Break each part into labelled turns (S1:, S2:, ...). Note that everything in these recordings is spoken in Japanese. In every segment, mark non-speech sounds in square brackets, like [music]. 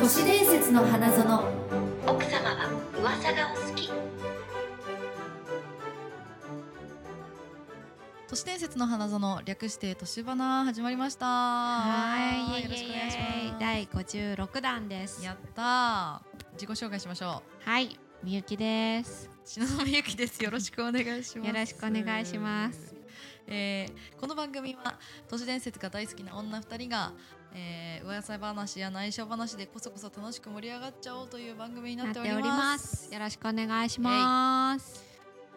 S1: 都市伝説の花園
S2: 奥様は噂がお好き
S3: 都市伝説の花園略して都市花始まりました
S4: はい、
S3: よろしくお願いしま
S4: 第五十六弾ですす
S3: や。ったー自己紹介しましょ
S4: はい、みゆきです
S3: う。篠宮ゆき
S4: [laughs]
S3: ですよろしくお願いします
S4: よろしくお願いします
S3: えーこの番組は都市伝説が大好きな女二人が、えー、噂話や内緒話でこそこそ楽しく盛り上がっちゃおうという番組にな
S4: な
S3: っ
S4: ってて
S3: お
S4: お
S3: ります
S4: ります。よろしくお願いします。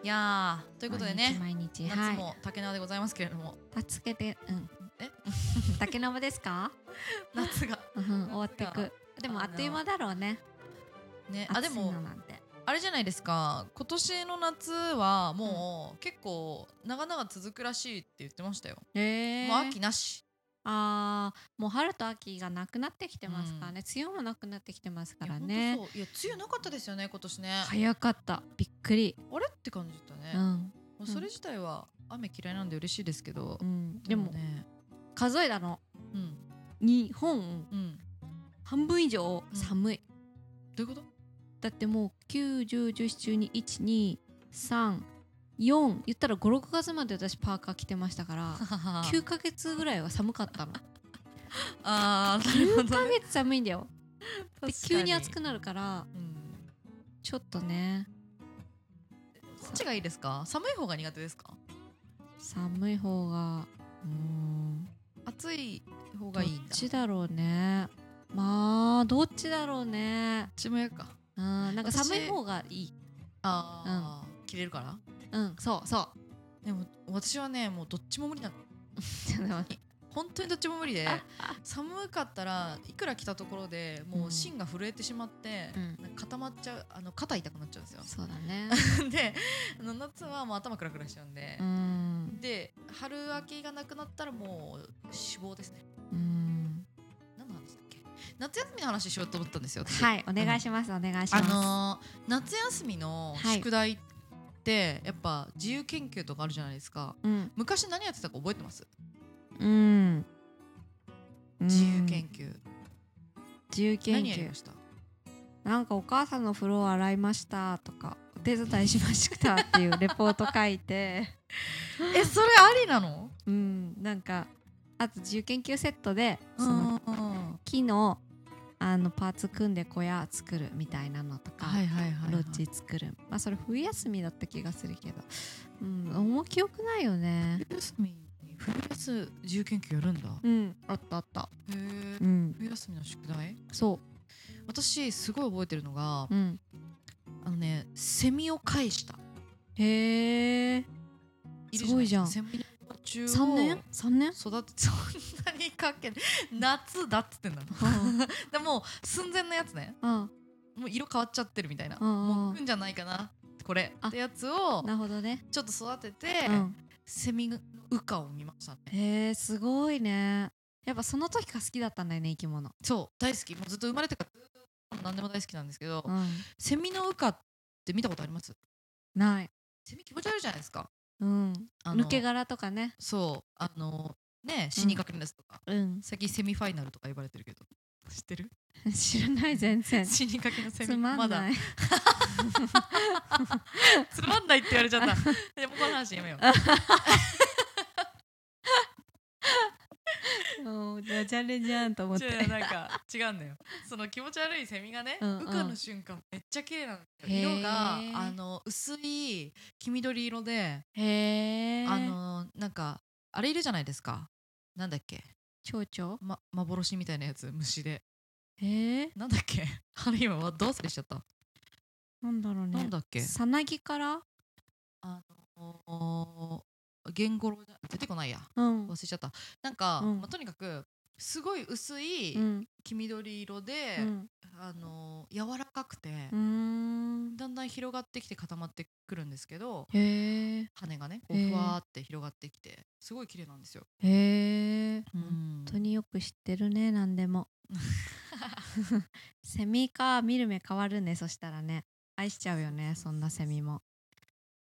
S3: いやーと
S4: と
S3: いうことでね
S4: 毎日毎日は
S3: 夏
S4: い。
S3: も竹縄でございますけれども、
S4: 助けて、うん。
S3: え
S4: [laughs] 竹のぶですか？
S3: 夏が
S4: うん、終わってく。でもあっという間だろうね。
S3: ねあで
S4: 暑
S3: も
S4: いのなんて
S3: あれじゃないですか今年の夏はもう結構長々続くらしいって言ってましたよ、
S4: えー
S3: もう秋なし
S4: ああ、もう春と秋がなくなってきてますからね。梅雨もなくなってきてますから
S3: いや
S4: ね。
S3: 本当そういや梅雨なかったですよね今年ね、
S4: 早かった。びっくり。
S3: あれって感じだったね
S4: う、
S3: も
S4: ん。
S3: うそれ自体は雨嫌いなんで嬉しいですけど、
S4: うん。でも
S3: ね
S4: 数えたの。
S3: うん
S4: 日本
S3: うんど
S4: 半分以上
S3: うん
S4: 寒い、
S3: ういう [laughs] こと
S4: だってもう9 1 0 1 1 1 2 3 4言ったら56月まで私パーカー着てましたから9ヶ月ぐらいは寒かったの
S3: [laughs] あーなるほ
S4: 9
S3: ど
S4: ヶ月寒いんだよ [laughs] で
S3: 確か
S4: 急に暑くなるから
S3: うん
S4: ちょっとね
S3: どっちがいいですか寒い方が苦手ですか
S4: 寒い方がうーん
S3: 暑い方
S4: ど
S3: が
S4: っ
S3: いいんだ
S4: ちだろうねまあどっちだろうね
S3: ちもやるか
S4: うんなんか
S3: 私
S4: 寒い方がいい
S3: ああ、切れるから
S4: うんそうそう
S3: でも私はねもうどっちも無理なの
S4: ち [laughs] ょっと待って
S3: 本当にどっちも無理で寒かったらいくら着たところでもう芯が震えてしまって、
S4: うん
S3: なんか固まっちゃうあの肩痛くなっちゃうんですよ。
S4: そうだね
S3: [laughs] であの夏はもう頭クラクラしちゃうんで
S4: う、ん
S3: で春秋がなくなったらもう死亡ですね。
S4: うん
S3: 何の話だっけ夏休みの話しようと思ったんですよ。私
S4: はい、お願いします、お願いし
S3: あ
S4: ます。
S3: のー夏休みの宿題ってやっぱ自由研究とかあるじゃないですか。
S4: うん、
S3: 昔何やってたか覚えてます
S4: うん。
S3: 自由研究。
S4: 自由研
S3: 何やり
S4: 究
S3: ま。した
S4: なんかお母さんの風呂を洗いましたとか、お手伝いしましたっていうレポート書いて、 [laughs]
S3: え、それありなの
S4: うん、なんかあと自由研究セットで
S3: う
S4: そ
S3: ん
S4: の
S3: うん
S4: 木のあのパーツ組んで小屋作るみたいなのとか。
S3: はいはいはいはい、
S4: ロッジ作る、まあそれ冬休みだった気がするけど、うん、重記憶ないよね。
S3: 冬休みに冬休み自由研究やるんだへ
S4: うん、あったあった。
S3: え
S4: うん、
S3: 冬休みの宿題
S4: そ
S3: 私すごい覚えてるのが
S4: う、うん、
S3: あのねセミを返した
S4: へえ
S3: る
S4: すごいじゃん
S3: セミの中を
S4: 三年
S3: [laughs]
S4: 三年
S3: 育てそんなにかけない夏だっつってんだでも寸前のやつね
S4: あ
S3: もう色変わっちゃってるみたいな
S4: うんうん
S3: もう来んじゃないかなこれ
S4: あ
S3: ってやつを
S4: なるほどね、
S3: ちょっと育てて、
S4: うん、
S3: セミの羽化を見ましたね
S4: へえすごいねやっぱその時が好きだったんだよね生き物
S3: そう大好きもうずっと生まれてからずっと何でも大好きなんですけど、
S4: うん
S3: セミの羽化って見たことあります
S4: ない
S3: セミ気持ち悪いじゃないですか
S4: うん
S3: あの
S4: 抜け殻とかね
S3: そうあのね死にかけのやつとか、
S4: うん
S3: 最近セミファイナルとか呼ばれてるけど [laughs] 知ってる
S4: [laughs] 知らない全然
S3: 死にかけのセ
S4: つ
S3: ミ
S4: まん
S3: だ [laughs]
S4: ない、
S3: つまんないって言われ
S4: [laughs]
S3: ちゃったでもこの話やめよう
S4: うんじゃあジャレじゃんと思っ
S3: 違
S4: て
S3: うなんか違うんだよその気持ち悪いセミがね、
S4: うんうん
S3: 羽化の瞬間めっちゃ綺麗なの
S4: へー
S3: 色があの薄い黄緑色で、
S4: へえ
S3: あのなんかあれいるじゃないですかなんだっけ
S4: 蝶々
S3: ま、幻みたいなやつ虫で
S4: へえ
S3: なんだっけ [laughs] あれ今はどうすれしちゃった
S4: なんだろうね
S3: なんだっけ
S4: さなぎから
S3: あのー、ゲンゴロウじゃ出てこないや
S4: うん
S3: 忘れちゃったなんか、
S4: うん
S3: まあ、とにかくすごい薄い
S4: うん
S3: 黄緑色で、
S4: うん
S3: あのー柔らかくて、
S4: うーん
S3: だんだん広がってきて固まってくるんですけど
S4: へえ
S3: 羽がねこう
S4: へー
S3: ふわーって広がってきてすごい綺麗なんですよ。
S4: へえ
S3: うん
S4: 本当によく知ってるね何でも [laughs] セミか見る目変わるねそしたらね愛しちゃうよねそんなセミも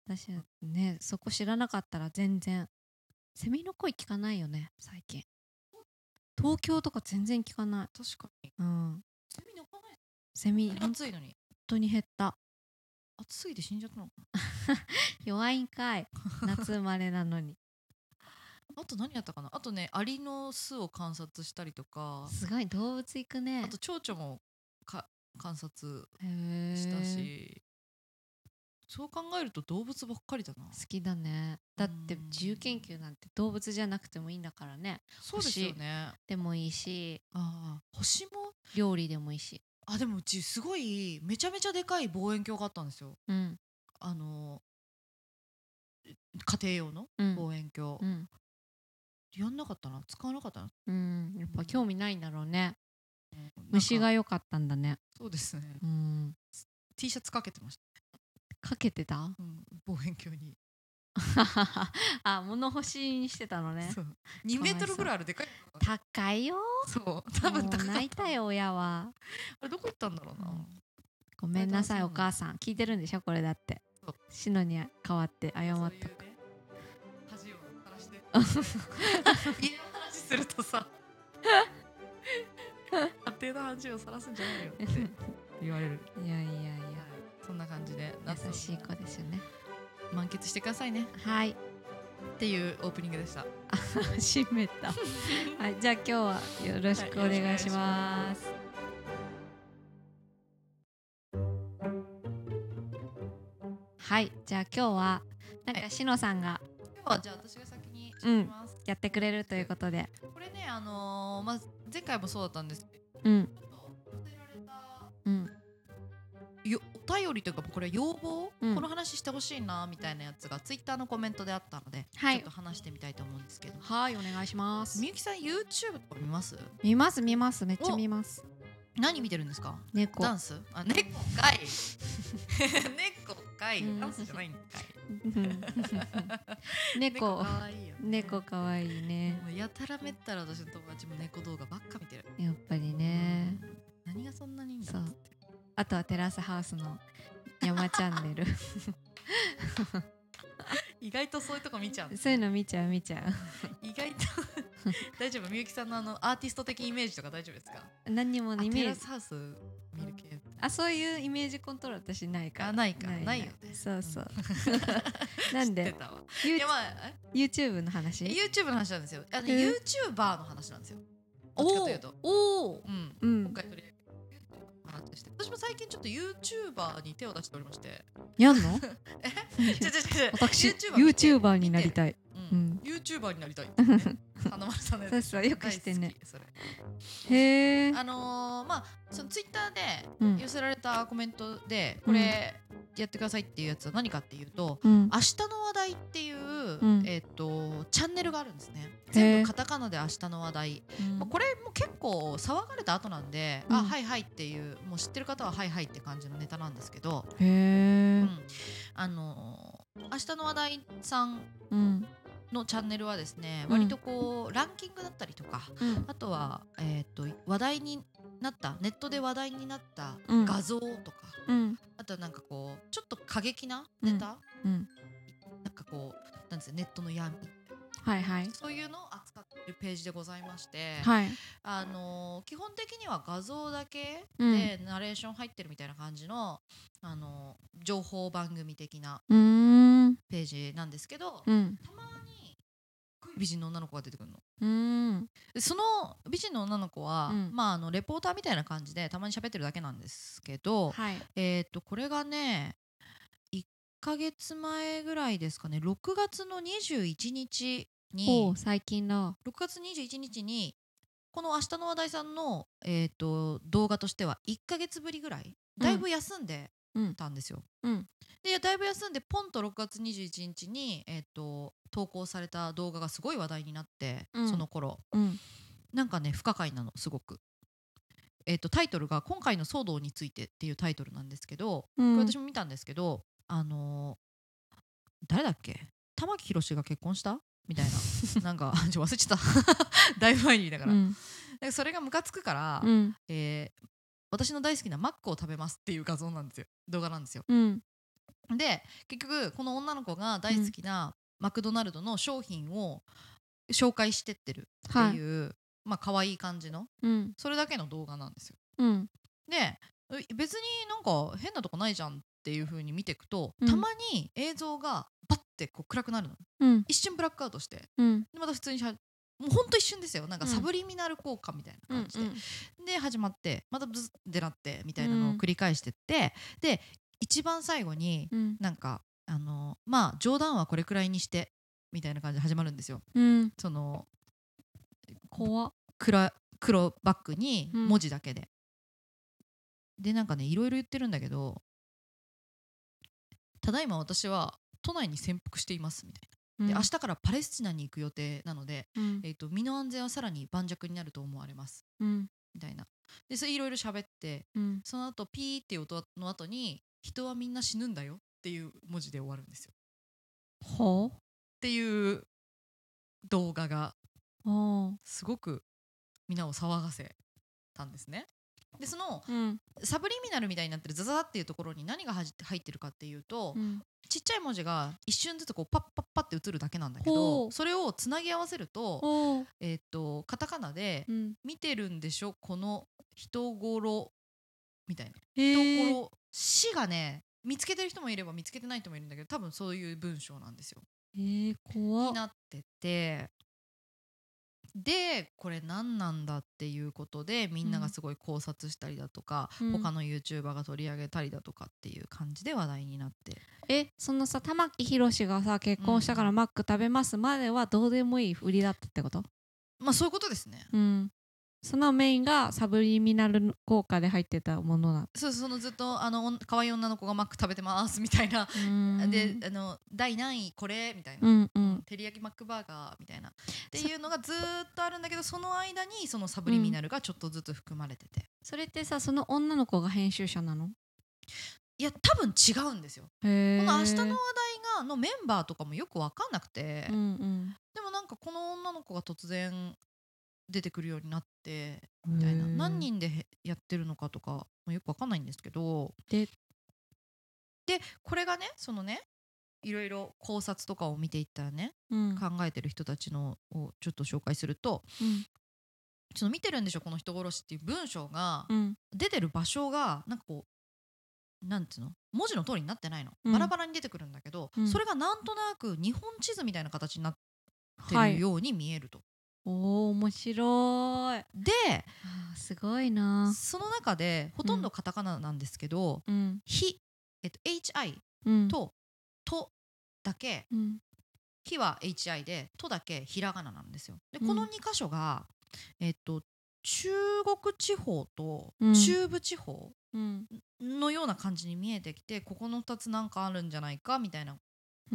S4: 私ねそこ知らなかったら全然セミの声聞かないよね最近東京とか全然聞かない
S3: 確かに
S4: うん
S3: セミの声
S4: セミ本
S3: 暑いのに
S4: 当に減った
S3: 暑いで死んじゃったのか
S4: 弱いんか [laughs] い夏生まれなのに
S3: なあと何やったかなあとねアリの巣を観察したりとか
S4: すごい動物行くね
S3: あと蝶々もか観察
S4: へー
S3: したし、そう考えると動物ばっかりだな
S4: 好きだねだって
S3: うん
S4: 自由研究なんて動物じゃなくてもいいんだからね
S3: そうですよね
S4: でもいいし
S3: ああ星も
S4: 料理でもいいし
S3: あでもうちすごいめちゃめちゃでかい望遠鏡があったんですよ
S4: うん
S3: あの家庭用の
S4: うん
S3: 望遠鏡、
S4: うん、
S3: やんなかったな使わなかったな
S4: うん、やっぱ興味ないんだろうね
S3: なんか
S4: 虫が良かったんだね
S3: そうですね
S4: うん
S3: T シャツかけてまし
S4: かけてた
S3: た、うん、望遠鏡に、
S4: あ物干しにしてたのね
S3: そう2メートルぐらいあるでかい
S4: 高いよ
S3: そう多分高か
S4: も
S3: っ
S4: う泣いたよ親は
S3: あれどこ行ったんだろうな、
S4: うんごめんなさいお母さん聞いてるんでしょこれだって
S3: そう
S4: シノに代わって謝
S3: そう
S4: っ
S3: いう
S4: た
S3: ね恥をさらして家の話するとさ家庭の恥をさらすんじゃないよって言われる
S4: いやいやいや
S3: そんな感じで夏を
S4: 優しい子ですよね
S3: 満喫してくださいね
S4: はい
S3: っていうオープニングでした
S4: 閉めた [laughs] はいじゃあ今日はよろしくお願いしますはいじゃあ今日はなん
S3: は
S4: かしのさんが
S3: 今日はじゃあ私が先に喋ります、
S4: やってくれるということで
S3: これねあのーまあ前回もそうだったんですけど
S4: う
S3: ち
S4: ん
S3: ょっと寄せられた
S4: うん
S3: よお便りというかこれ要望、
S4: うん
S3: この話してほしいなみたいなやつがツイッターのコメントであったので、
S4: はい
S3: ちょっと話してみたいと思うんですけど
S4: はいお願いします
S3: みゆきさん YouTube とか見ます
S4: 見ます見ますめっちゃ見ます
S3: 何見てるんですか
S4: 猫
S3: ダンスあ猫かい [laughs] 猫かい
S4: うん
S3: ダンスじゃないんかい
S4: 猫
S3: かわいいよね
S4: 猫かわいいね
S3: もうやたらめったら私の友達も猫動画ばっか見てる
S4: やっぱりね
S3: 何がそんなにいいんだ
S4: そ
S3: ろ
S4: う
S3: う
S4: あとはテラスハウスの山チャン
S3: [laughs]
S4: ネル
S3: 意外とそういうとこ見ちゃう
S4: そういうの見ちゃう見ちゃ
S3: 意外と [laughs] 大丈夫みゆきさんのあのアーティスト的イメージとか大丈夫ですか
S4: う何にも
S3: あ
S4: イ
S3: テ
S4: メ
S3: ラ
S4: ージ
S3: スハウス見る系
S4: あそういうイメージコントロール私ないから
S3: あないかないよね
S4: そうそう
S3: [laughs] 知
S4: なん
S3: って
S4: で
S3: たわい
S4: You-
S3: やまあ
S4: YouTube の
S3: え
S4: 話
S3: YouTube の話なんですよあの
S4: え
S3: YouTuber の話なんですよどっちかというとおおうん
S4: う
S3: 今 [laughs]
S4: ん
S3: 回取り上げて話して私も最近ちょっと YouTuber に手を出しておりまして
S4: やん [laughs]
S3: ちょ
S4: の
S3: ちょちょ
S4: 私
S3: YouTuber
S4: YouTuber になり
S3: い、
S4: たい
S3: うん、YouTuber になりたいってね [laughs] 花丸さんのや
S4: そう
S3: つ
S4: そうよくしてん
S3: 大
S4: ね
S3: 好きそれ
S4: へえ
S3: あのーまあそのツイッタ
S4: う
S3: ー
S4: ん
S3: で寄せられたコメントでこれやってくださいっていうやつは何かっていうと
S4: うん
S3: 明日の話題っていう、
S4: うん
S3: えっ、とチャンネルがあるんですね
S4: へ
S3: 全
S4: え
S3: 部カタカナで明日の話題、
S4: うん
S3: まあこれも結構騒がれた後なんで、
S4: うん
S3: あはいはいっていうもう知ってる方ははいはいって感じのネタなんですけど、う
S4: へえ
S3: んあのー明日の話題さん
S4: うん
S3: のチャンネルはですね
S4: うん
S3: 割とこう、ランキングだったりとか
S4: うん
S3: あとは、えー、と話題になったネットで話題になった
S4: うん
S3: 画像とか、
S4: うん
S3: あとはなんかこうちょっと過激なネタ、
S4: うん
S3: なんかこうなんですネットの闇
S4: はいはい
S3: そういうのを扱っているページでございまして、
S4: はい
S3: あのー基本的には画像だけ
S4: うん
S3: でナレーション入ってるみたいな感じの、あのー情報番組的な
S4: うーん
S3: ページなんですけど、
S4: うん
S3: たまに美人の女の子が出てくるの。
S4: うん
S3: でその美人の女の子は、
S4: うん
S3: まあ、あのレポーターみたいな感じでたまに喋ってるだけなんですけど、
S4: はい
S3: えっ、とこれがね1ヶ月前ぐらいですかね6月の21日
S4: お
S3: に
S4: う最近だ
S3: 6月21日にこの「明日の話題」さんの、えー、と動画としては1ヶ月ぶりぐらいだいぶ休んでたんですよ。
S4: うんうん
S3: でだいぶ休んでポンと6月21日に、えー、と投稿された動画がすごい話題になって、
S4: うん
S3: その頃
S4: うん
S3: なんかね不可解なのすごく。えー、とタイトルが「今回の騒動について」っていうタイトルなんですけど、
S4: うん
S3: これ私も見たんですけど、あのー誰だっけ玉木宏が結婚したみたい
S4: [laughs]
S3: ななんかちょ忘れちゃった [laughs] だいぶ前にだから、
S4: うん
S3: でそれがムカつくから、
S4: うん
S3: えー私の大好きなマックを食べますっていう画像なんですよ動画なんですよ
S4: うん
S3: で結局この女の子が大好きなマクドナルドの商品を紹介してってるっていう、まあ可愛い感じの
S4: うん
S3: それだけの動画なんですよ
S4: うん
S3: でえ別になんか変なとこないじゃんっていう風に見ていくと、
S4: うん
S3: たまに映像がバッてこう暗くなるの
S4: うん
S3: 一瞬ブラックアウトして
S4: うん
S3: でまた普通にしゃもうほんと一瞬ですよなんか
S4: うん
S3: サブリミナル効果みたいな感じで、で始まってまたブズってなってみたいな
S4: う
S3: のを
S4: ん
S3: 繰り返してって、で一番最後に
S4: うん
S3: なんかあのまあ冗談はこれくらいにしてみたいな感じで始まるんですよ。
S4: うん
S3: その
S4: 怖っ
S3: 黒黒バッグに
S4: うん
S3: 文字だけで、でなんかねいろいろ言ってるんだけど「ただいま私は都内に潜伏しています」みたいな、で明日からパレスチナに行く予定なので、
S4: うん
S3: えー、と身の安全はさらに盤石になると思われます
S4: うん
S3: みたいなでそれいろいろ喋って
S4: うん
S3: その後ピーっていう音の後に「人はみんな死ぬんだよ」っていう文字で終わるんですよ。
S4: ほ
S3: っていう動画が
S4: うおう
S3: すごく皆を騒がせたんですね。でその
S4: うん
S3: サブリミナルみたいになってるザザザっていうところに何がはじ入ってるかっていうと、
S4: うん
S3: ちっちゃい文字が一瞬ずつこうパッパッパって映るだけなんだけ
S4: ほ
S3: ど
S4: う
S3: それをつなぎ合わせると,、
S4: おう
S3: えーっとカタカナで
S4: うん
S3: 「見てるんでしょこの人頃」みたいな「
S4: へ
S3: 人
S4: え
S3: 頃」死がね見つけてる人もいれば見つけてない人もいるんだけど多分そういう文章なんですよ。
S4: えー怖
S3: に
S4: っ
S3: なっててでこれ何なんだっていうことでみんながすごい考察したりだとか、
S4: うん
S3: 他の YouTuber が取り上げたりだとかっていう感じで話題になって
S4: えそのさ玉木宏がさ結婚したからマック食べますまではどうでもいい売りだったってこと
S3: まあそういうことですね。
S4: うんそのメインがサブリミナル効果で入ってたものだ
S3: そうそのずっとあのおん可愛い女の子がマック食べてますみたいな、
S4: うん
S3: であの第何位これみたいな、
S4: うんうん
S3: 照り焼きマックバーガーみたいなっていうのがずーっとあるんだけどその間にそのサブリミナルがちょっとずつ含まれてて、
S4: それってさその女の子が編集者なの
S3: いや多分違うんですよ
S4: へえ
S3: この「明日の話題が」のメンバーとかもよく分かんなくて、
S4: うん
S3: でもなんかこの女の子が突然出てくるようになって
S4: うん
S3: みたいな
S4: へー
S3: 何人でへやってるのかとかもよく分かんないんですけど
S4: で
S3: でこれがねそのねいろいろ考察とかを見ていったらね
S4: うん
S3: 考えてる人たちのをちょっと紹介すると
S4: うん
S3: 「その見てるんでしょこの人殺し」っていう文章が
S4: うん
S3: 出てる場所がなんかこうなんていうの文字の通りになってないの、
S4: うん
S3: バラバラに出てくるんだけど、
S4: うん
S3: それがなんとなく日本地図みたいな形になって
S4: は
S3: る
S4: い
S3: ように見えると。
S4: おー面白い
S3: で
S4: あーすごいな
S3: その中でほとんどカタカナなんですけど「
S4: うん
S3: ひ」えっと、HI
S4: うん
S3: と「と」だけ
S4: うん
S3: 「ひ」は HI で「と」だけひらがななんですよ。で
S4: うん
S3: この2箇所が、えっと、中国地方と
S4: うん
S3: 中部地方
S4: うん
S3: のような感じに見えてきて、ここの2つなんかあるんじゃないかみたいな
S4: う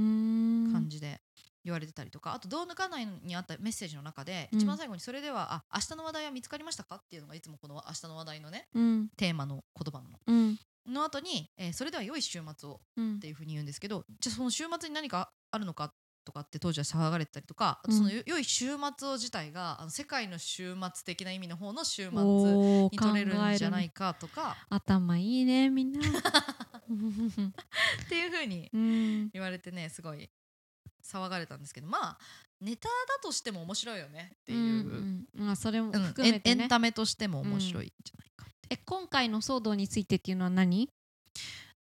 S4: ーん
S3: 感じで言われてたりとか、あと「どう抜かない」にあったメッセージの中で、
S4: うん
S3: 一番最後に「それではあ明日の話題は見つかりましたか?」っていうのがいつもこの「明日の話題」のね
S4: うん
S3: テーマの言葉なの。
S4: うん
S3: の後に、えーそれでは良い週末を」
S4: うん
S3: っていうふうに言うんですけどじゃあその週末に何かあるのかとかって当時は騒がれてたりとかあとその
S4: う
S3: よ良い週末を自体があの世界の週末的な意味の方の週末
S4: おー
S3: に取れるんじゃ
S4: 考え
S3: な
S4: ね
S3: いかとか
S4: 頭いいねみ [laughs] んな
S3: っていうふうに
S4: うん
S3: 言われてねすごい騒がれたんですけどまあネタだとしても面白いよねっていう。
S4: うんうんまあそれも
S3: うん
S4: 含め
S3: エ
S4: て
S3: ンエ
S4: ね
S3: ンタメとしても面白いんじゃないかって、
S4: え今回の騒動についてっていうのは何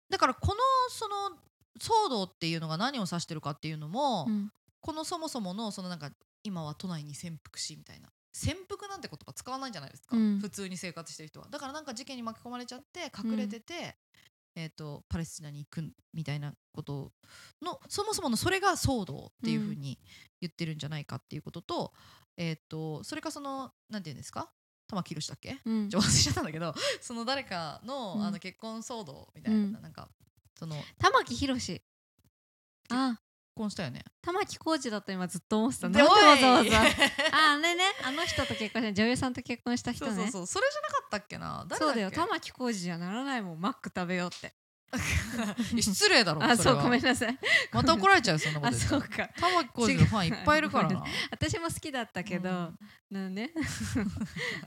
S3: だからこのその騒動っていうのが何を指してるかっていうのも、
S4: うん
S3: このそもそものそのなんか今は都内に潜伏しみたいな潜伏なんて言葉使わないじゃないですか、
S4: うん
S3: 普通に生活してる人はだからなんか事件に巻き込まれちゃって隠れてて、えっとパレスチナに行くみたいなことのそもそものそれが騒動っていうふうに言ってるんじゃないかっていうことと,、えっとそれかそのなんて言うんですか玉木宏だっけ
S4: うん
S3: ちょ忘れちゃったんだけどその誰かの,、
S4: うん
S3: あの結婚騒動みたいな、
S4: うん
S3: なんかその結
S4: 玉木宏あ
S3: 婚したよね。
S4: 玉置浩二だと今ずっと思ってた
S3: で
S4: なんでわざわ
S3: おい
S4: [laughs] ざああれねあの人と結婚した女優さんと結婚した人
S3: そう
S4: ね
S3: そうそうそれじゃなかったっけな誰だっけ
S4: そうだよ玉置浩二じゃならないもんマック食べようって
S3: [laughs] いや失礼だろ
S4: あ
S3: それ
S4: そう
S3: は
S4: ごめんなさい
S3: また怒られちゃうよそんなこ
S4: あ
S3: とで
S4: そうか
S3: 玉置浩二のファンいっぱいいるからな
S4: 私も好きだったけど、
S3: うん
S4: なん [laughs] ね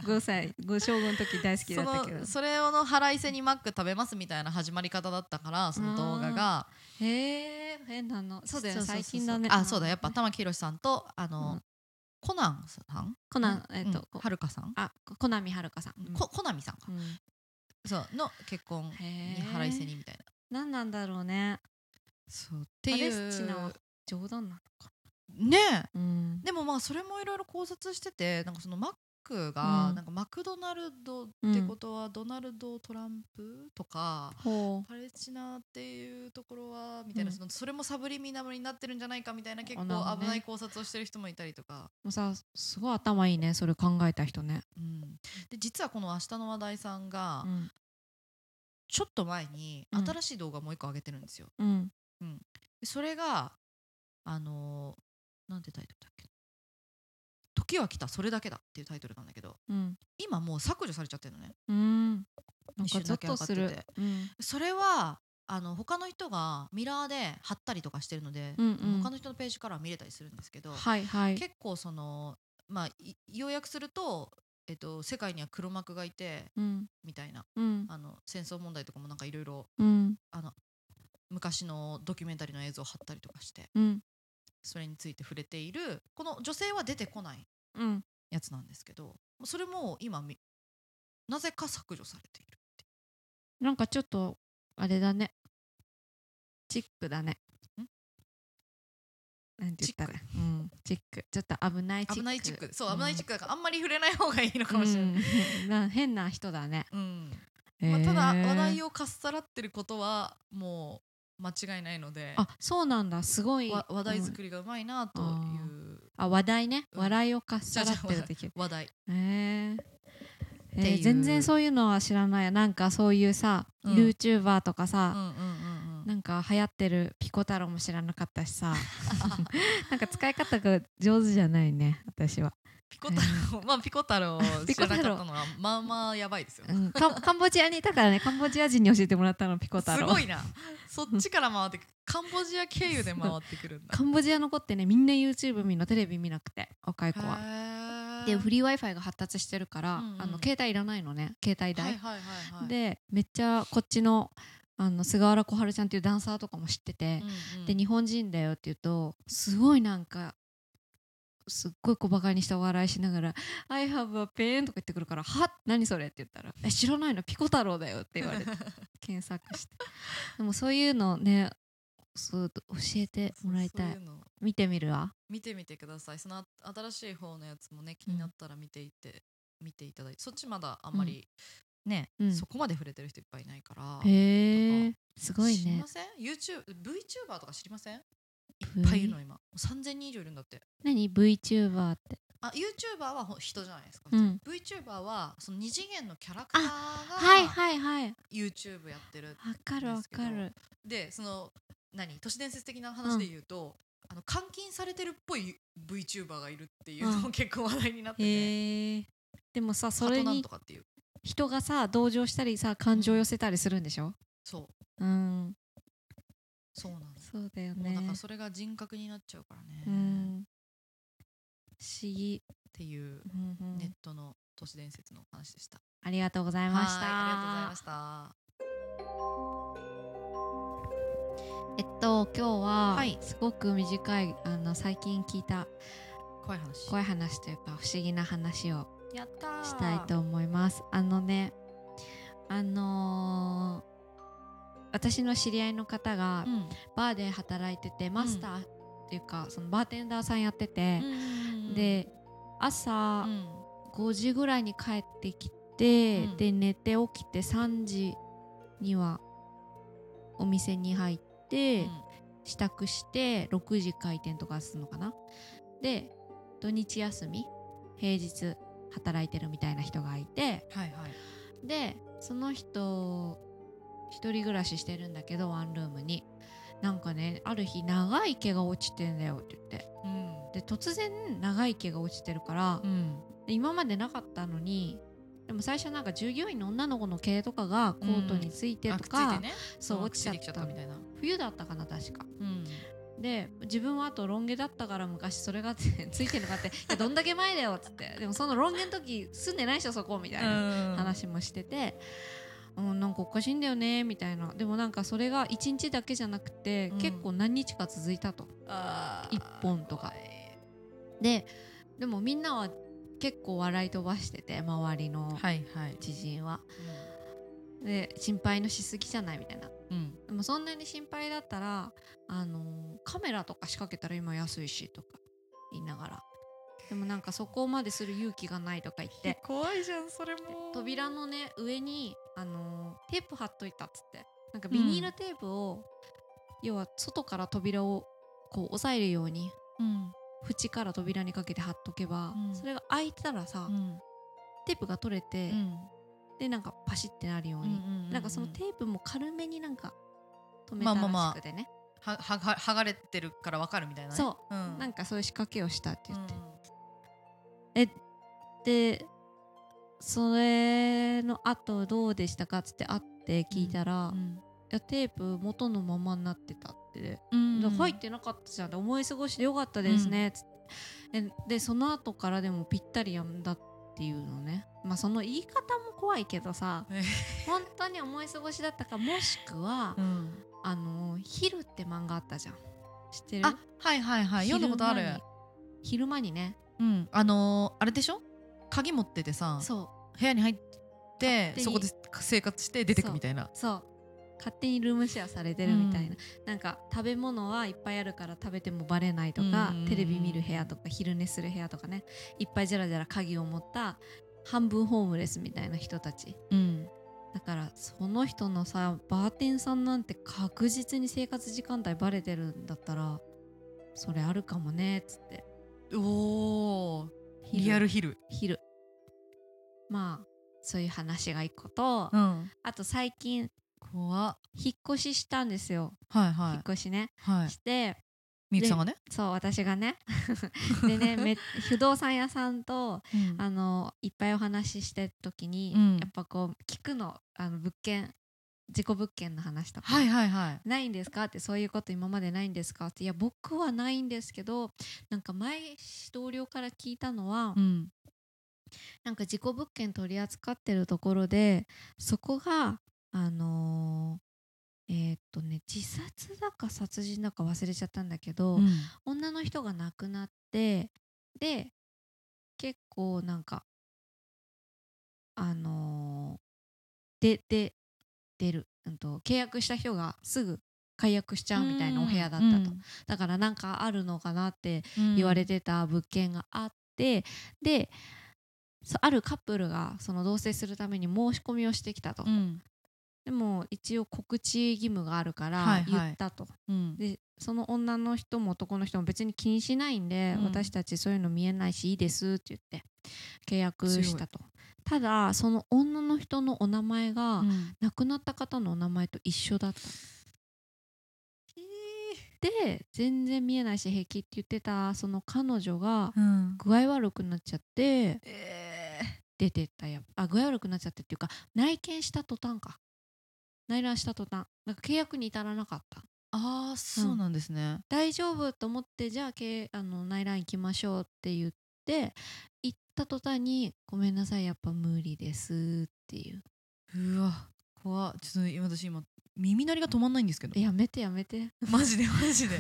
S4: 5歳5小5の時大好きだ
S3: そ
S4: ったけど
S3: のそれをの腹いせにマック食べますみたいな始まり方だったからその動画が
S4: へえ変なのそうだよ
S3: そ
S4: 最近だね
S3: あそうだやっぱ玉木宏さんとあの、
S4: うん
S3: コナンさん
S4: コナンえっと
S3: うんはるかさん
S4: あコナミはるかさん
S3: こコナミさんか
S4: うん
S3: そうの結婚に腹いせにみたいな
S4: 何なんだろうね
S3: そうって
S4: パ
S3: い
S4: レ
S3: う
S4: スチナは冗談なのか
S3: ねえ
S4: なうん
S3: でもまあそれもいろいろ考察しててなんかそのマックが
S4: うん
S3: なんかマクドナルドってことはドナルド・トランプとか、
S4: ほう
S3: パレスチナっていうところはみたいな、
S4: うん
S3: そのそれもサブリミナルになってるんじゃないかみたいな結
S4: なるほど
S3: 構
S4: ね
S3: 危ない考察をしてる人もいたりとか、
S4: もうさすごい頭いいねそれ考えた人ね、
S3: うん、で実はこの「明日の話題」さんが
S4: うん
S3: ちょっと前に
S4: うん
S3: 新しい動画をもう一個上げてるんですよ。
S4: うん、
S3: でそれがあのーなんてタイトルだっけ「時は来たそれだけだ」っていうタイトルなんだけど
S4: うん、
S3: 今もう削除されちゃってるのね。
S4: うん。なん
S3: 一
S4: か
S3: 瞬
S4: ゾ
S3: だ
S4: ッ
S3: け
S4: と
S3: 上がって
S4: す
S3: て
S4: る。うん、
S3: それはあの他の人がミラーで貼ったりとかしてるので、
S4: うんうん
S3: 他の人のページからは見れたりするんですけど、
S4: はいはい。
S3: 結構そのまあい要約すると、えっと、世界には黒幕がいて
S4: うん、
S3: みたいな
S4: うん、
S3: あの戦争問題とかもなんかいろいろ
S4: うん、
S3: あの昔のドキュメンタリーの映像を貼ったりとかして
S4: うん、
S3: それについて触れているこの女性は出てこない
S4: うん。
S3: やつなんですけどそれも今みなぜか削除されている
S4: なんかちょっとあれだね。チックだね。なんて言ったら、うん、チック。ちょっと危ないチック。
S3: 危ないチックそう危ないチックだからあんまり触れない方がいいのかもしれない、
S4: うんな変な人だね。
S3: うんまあ、ただ話題
S4: を。
S3: をかっさらってることはもう間違いないので
S4: あ、そうなんだ。すごい。
S3: わ話題
S4: うん
S3: 作りがうまいなという
S4: あ、話題ね。
S3: うん
S4: 笑いをかっさらってる時。
S3: 話題、
S4: へえ
S3: て
S4: え
S3: い
S4: ー
S3: う
S4: 全然そういうのは知らないなんかそういうさ、
S3: うん
S4: YouTuber とか
S3: うん
S4: さ、
S3: うんうんうん、
S4: なんか流行ってるピコ太郎も知らなかったし
S3: [laughs]
S4: さなんか使い方が上手じゃないね私は、
S3: ピコ太郎、 [laughs] まあピコ太郎を
S4: [laughs] ピ
S3: 知
S4: コ
S3: ら
S4: 太
S3: なか
S4: 郎
S3: ったのはまあまあやばいですよ
S4: う。ん、カンカンボジアにいたからねカンボジア人に教えてもらったのピコ太
S3: す
S4: 郎
S3: ごいな。そっちから回ってカンボジア経由で回ってくるんだ。
S4: カンボジアの子ってねみんな YouTube 見んのテレビ見なくて若い子は。
S3: は
S4: でフ
S3: り
S4: リー w i f i が発達してるから、
S3: うんうん
S4: あの携帯いらないのね携帯
S3: は
S4: 代、
S3: いはいはいはい。、
S4: でめっちゃこっちのあの菅原小春ちゃんっていうダンサーとかも知ってて、
S3: うんうん、
S4: で日本人だよって言うとすごいなんかすっごい小バカにした笑いしながら「I have a pen」とか言ってくるから「は何それ?」って言ったら「え知らないのピコ太郎だよ」って言
S3: [laughs]
S4: われて検索してでもそういうのねそう教えてもらいたい
S3: そうそううの
S4: 見てみるわ
S3: 見てみてください。そのあ新しい方のやつもね気になったら見ていって、見ていただいて、そっちまだあんまり、ね、
S4: うん
S3: そこまで触れてる人いっぱいいないから。な
S4: へえすごい
S3: 知り
S4: ね
S3: ません？YouTube、VTuber とか知りません？いっぱいいるの今。もう3000人以上いるんだって。
S4: 何 VTuber って
S3: あ YouTuber はほ人じゃないですか、
S4: うん
S3: VTuber はその二次元のキャラクター
S4: はい
S3: が
S4: はいはいわ
S3: YouTube やってる、
S4: かるわかる
S3: でその何都市伝説的な話で言うと、あの監禁されてるっぽい VTuber がいるっていうの
S4: う
S3: も結構話題になってて、
S4: へえでもさ
S3: そ
S4: そ
S3: れ
S4: れ
S3: なん
S4: に
S3: とかっていう
S4: 人がさ同情したりさ感情を寄せたりするんでしょ
S3: そう
S4: うん
S3: そうなんです、
S4: そうだよ
S3: もうだ
S4: ね
S3: から。それが人格になっちゃうからね、
S4: う
S3: っ
S4: ん。不思議。
S3: ていう
S4: うんうん
S3: ネットの都市伝説の話でした、
S4: ありがとうございました。
S3: はいありがとうございました
S4: えっと今日は、
S3: はい
S4: すごく短いあの最近聞いた
S3: 怖い話
S4: 怖い話というか不思議な話を
S3: やったー
S4: したいと思います。あのね、あのー私の知り合いの方が
S3: うん
S4: バーで働いてて、マスターっていうかそのバーテンダーさんやってて、で朝、
S3: うん
S4: 5時ぐらいに帰ってきて、
S3: うん
S4: で寝て起きて3時にはお店に入って、
S3: うん
S4: 支度して6時開店とかするのかなで土日休み平日働いてるみたいな人がいて
S3: はいはい
S4: でその人一人暮らししてるんだけどワンルームになんかねある日長い毛が落ちてんだよって言って
S3: うん
S4: で突然長い毛が落ちてるから、
S3: うん
S4: で今までなかったのにでも最初なんか従業員の女の子の毛とかがコートについてと
S3: あくっつい
S4: か、
S3: てね
S4: そう落ちちゃっ
S3: くついてき
S4: たの
S3: みたいな
S4: 冬だったかな確か
S3: うん
S4: で自分はあとロン毛だったから昔それがついてるの [laughs] かっていやどんだけ前だよっつってでもそのロン毛の時住んでないでしょそこみたいな話もしてて、うん、なんかおかしいんだよねみたいなでもなんかそれが1日だけじゃなくて、
S3: うん
S4: 結構何日か続いたと一本とかででもみんなは結構笑い飛ばしてて周りの
S3: はいはい
S4: 知人は、で心配のしすぎじゃないみたいな
S3: うん
S4: でもそんなに心配だったらあのカメラとか仕掛けたら今安いしとか言いながらでもなんかそこまでする勇気がないとか言って
S3: 怖いじゃんそれも
S4: 扉のね上にあのーテープ貼っといたっつってなんかビニールテープを、要は外から扉をこう押さえるように
S3: うん
S4: 縁から扉にかけて貼っとけば、
S3: うん
S4: それが開いてたらさ、
S3: うん
S4: テープが取れて、
S3: うん
S4: でなんかパシってなるように、
S3: うん
S4: なんかそのテープも軽めになんか止めたら
S3: まあまあまあ
S4: しくてね、
S3: ははは剥がれてるからわかるみたいなね、
S4: そうう、
S3: ん、
S4: なん
S3: か
S4: かそういう仕掛けをしたって言って、でそれの後どうでしたかっつって会って聞いたら、いやテープ元のままになってたって、
S3: うん
S4: で入ってなかったじゃんって思い過ごしでよかったですねっつって、えでその後からでもぴったりやんだっていうのねまあその言い方も怖いけどさ本当に思い過ごしだったかもしくは、
S3: うん
S4: あの「ヒル」って漫画あったじゃん知ってる
S3: あはいはいはい読んだことある
S4: 昼間に昼間にね
S3: うんあのーあれでしょ鍵持っててさ
S4: そう
S3: 部屋に入って
S4: 勝手に
S3: そこで生活して出てくみたいな
S4: そう勝手にルームシェアされてるみたいな、なんか食べ物はいっぱいあるから食べてもバレないとか、
S3: うん
S4: テレビ見る部屋とか昼寝する部屋とかねいっぱいじゃらじゃら鍵を持った半分ホームレスみたいな人たち
S3: うん
S4: だからその人のさバーテンさんなんて確実に生活時間帯バレてるんだったらそれあるかもねっつって
S3: おーリアルヒル
S4: 昼まあそういう話が一個と、
S3: うん
S4: あと最近
S3: 怖っ
S4: 引っ越ししたんですよ、
S3: はい
S4: 引っ
S3: は
S4: 越しね
S3: いはい
S4: して
S3: みゆきさんがね
S4: そう私
S3: [laughs]
S4: がねでねめ不動産屋さんと
S3: うん
S4: あのいっぱいお話ししてる時に、
S3: うん
S4: やっぱこう聞くのあの物件事故物件の話とか、
S3: はいはいはい
S4: ないんですかってそういうこと今までないんですかっていや僕はないんですけどなんか前同僚から聞いたのは、
S3: うん
S4: なんか事故物件取り扱ってるところでそこがあのーえーっとね自殺だか殺人だか忘れちゃったんだけど、
S3: うん
S4: 女の人が亡くなってで結構なんかあのーでで出る、うん、と契約した人がすぐ解約しちゃうみたいなお部屋だったと、だからなんかあるのかなって
S3: うん
S4: 言われてた物件があって、でそあるカップルがその同棲するために申し込みをしてきたと、
S3: うん
S4: でも一応告知義務があるから
S3: はいはい
S4: 言ったと、
S3: うん
S4: でその女の人も男の人も別に気にしないんで、
S3: うん
S4: 私たちそういうの見えないしいいですって言って契約したとただその女の人のお名前が、
S3: うん
S4: 亡くなった方のお名前と一緒だったで全然見えないし平気って言ってたその彼女が
S3: うん
S4: 具合悪くなっちゃって
S3: え
S4: 出てったやあ具合悪くなっちゃってっていうか内見した途端か内覧した途端なんか契約に至らなかった
S3: ああそうなんですね
S4: 大丈夫と思ってじゃあけあの内覧行きましょうって言って行った途端に「ごめんなさいやっぱ無理です」っていう
S3: うわ怖っちょっと今私今耳鳴りが止まんないんですけど
S4: えやめてやめて
S3: [laughs]
S4: [laughs]
S3: マジでマ [laughs] ジで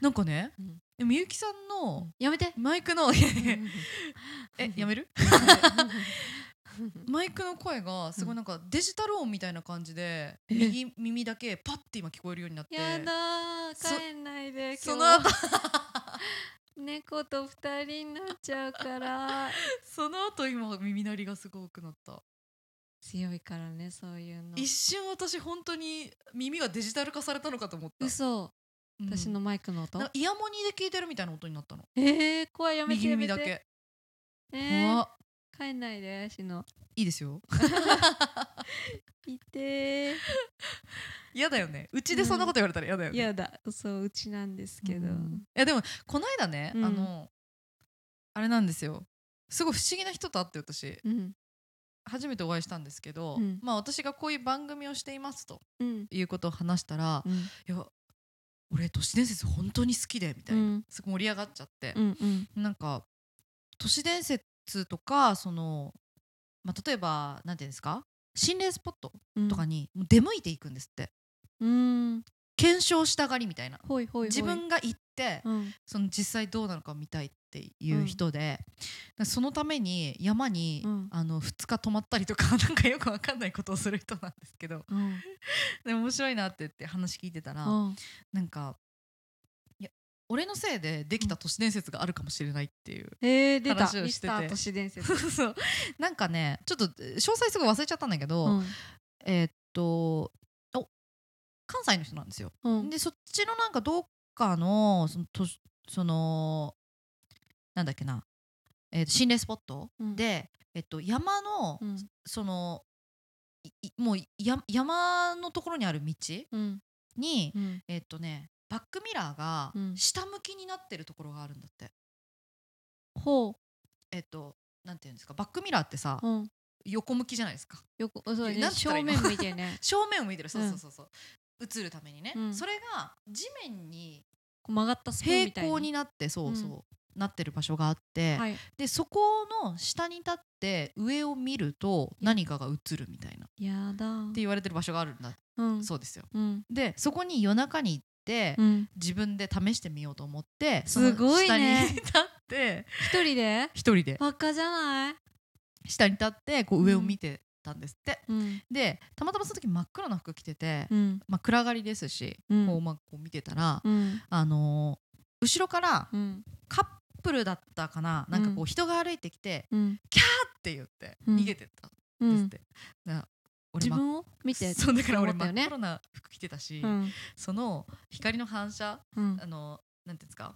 S3: なんかね、
S4: うん
S3: でもみゆきさんの
S4: やめて
S3: マイクの [laughs] えやめ
S4: る
S3: るマイクの声がすごいなんかデジタル音みたいな感じで
S4: え
S3: 右耳だけパッて今聞こえるようになって
S4: やだー
S3: そ
S4: 帰んないで今日
S3: その後
S4: [laughs] 猫と二人になっちゃうから
S3: [laughs] その後今耳鳴りがすごくなった
S4: 強いからねそういうの
S3: 一瞬私本当に耳がデジタル化されたのかと思った、
S4: 嘘
S3: うん
S4: 私のマイクの音
S3: なんかイヤモニで聞いてるみたいな音になったの
S4: えー怖いやめて
S3: 右
S4: やめ
S3: 耳
S4: て
S3: だけ、
S4: えー
S3: 怖っ
S4: 帰んないでしの
S3: いいですよ
S4: いてー
S3: 嫌だよねうちでそんなこと言われたら嫌だよね、
S4: やだそううちなんですけど、
S3: うんいやでもこの間ね、
S4: うん
S3: あのあれなんですよすごい不思議な人と会って私
S4: うん
S3: 初めてお会いしたんですけど、
S4: うん
S3: まあ私がこういう番組をしていますと
S4: うん
S3: いうことを話したら
S4: う、ん
S3: いや俺都市伝説本当に好きでみた
S4: う
S3: いな、
S4: ん
S3: すごい盛り上がっちゃって
S4: う、ん
S3: なんか都市伝説とかその、まあ、例えばなんていうんですか心霊スポット
S4: うん
S3: とかにもう出向いていくんですって
S4: うん
S3: 検証したがりみたいな
S4: ほいほいほい
S3: 自分が行っって
S4: うん
S3: その実際どうなのかを見たいっていう人で、だからそのために山に、
S4: うん
S3: あの2日泊まったりとか [laughs] なんかよくわかんないことをする人なんですけど
S4: うん
S3: で面白いなって言って話聞いてたら、
S4: うん
S3: なんかいや俺のせいでできた都市伝説があるかもしれないっていう。
S4: えー、出た
S3: 話を
S4: ミ
S3: して
S4: ス
S3: て
S4: ター都市伝説
S3: そう [laughs] そうなんかねちょっと詳細すごい忘れちゃったんだけど、
S4: うん
S3: えーっとお関西の人なんですよ。
S4: うん
S3: でそっちのなんかどっかのそのとそのなんだっけな、えーと心霊スポット、
S4: うん
S3: で、えっと、山の、
S4: うん
S3: そのいいもうや山のところにある道
S4: うん
S3: に、
S4: うん
S3: えっとねバックミラーが
S4: うん
S3: 下向きになってるところがあるんだって、
S4: ほ
S3: えっとなんていうんですかバックミラーってさ、
S4: う、うん、
S3: 横向きじゃないですか
S4: よくそうだね
S3: なんて言っ
S4: 正
S3: たらいいの
S4: 面見てね
S3: 正面を向いてるそう
S4: うん
S3: そうそうそう、映るためにね、
S4: うん
S3: それが地面に
S4: こう曲がったスプーン
S3: 平
S4: みたいな
S3: 行になってそうそう、
S4: う
S3: なってる場所があって、
S4: はい、
S3: でそこの下に立って上を見ると何かが映るみたいなって
S4: やだ
S3: 言われてる場所があるんだ、
S4: うん
S3: そうですよ
S4: うん
S3: でそこに夜中に行って、
S4: うん
S3: 自分で試してみようと思って
S4: すごいね
S3: その下に立って
S4: 一人で
S3: 一人で
S4: バカじゃない、
S3: 下に立ってこう
S4: うん
S3: 上を見てたんですって、
S4: うん
S3: でたまたまその時真っ黒な服着てて、
S4: うん
S3: まあ、暗がりですし、
S4: うん
S3: こうまあこう見てたら、
S4: うん
S3: あのー後ろから
S4: うん
S3: カップルだったかななんかこ
S4: う
S3: う人が歩いてきて
S4: うん
S3: って言って
S4: うん
S3: 逃げてった
S4: うん
S3: ですっ
S4: ん
S3: て、だから俺
S4: 自
S3: 真っ
S4: 分を見て
S3: そうだから俺
S4: 思っ
S3: 真
S4: たよ
S3: っ
S4: ね
S3: 黒な服着てたし、
S4: うん
S3: その光の反射
S4: うん
S3: あのなんていうんですか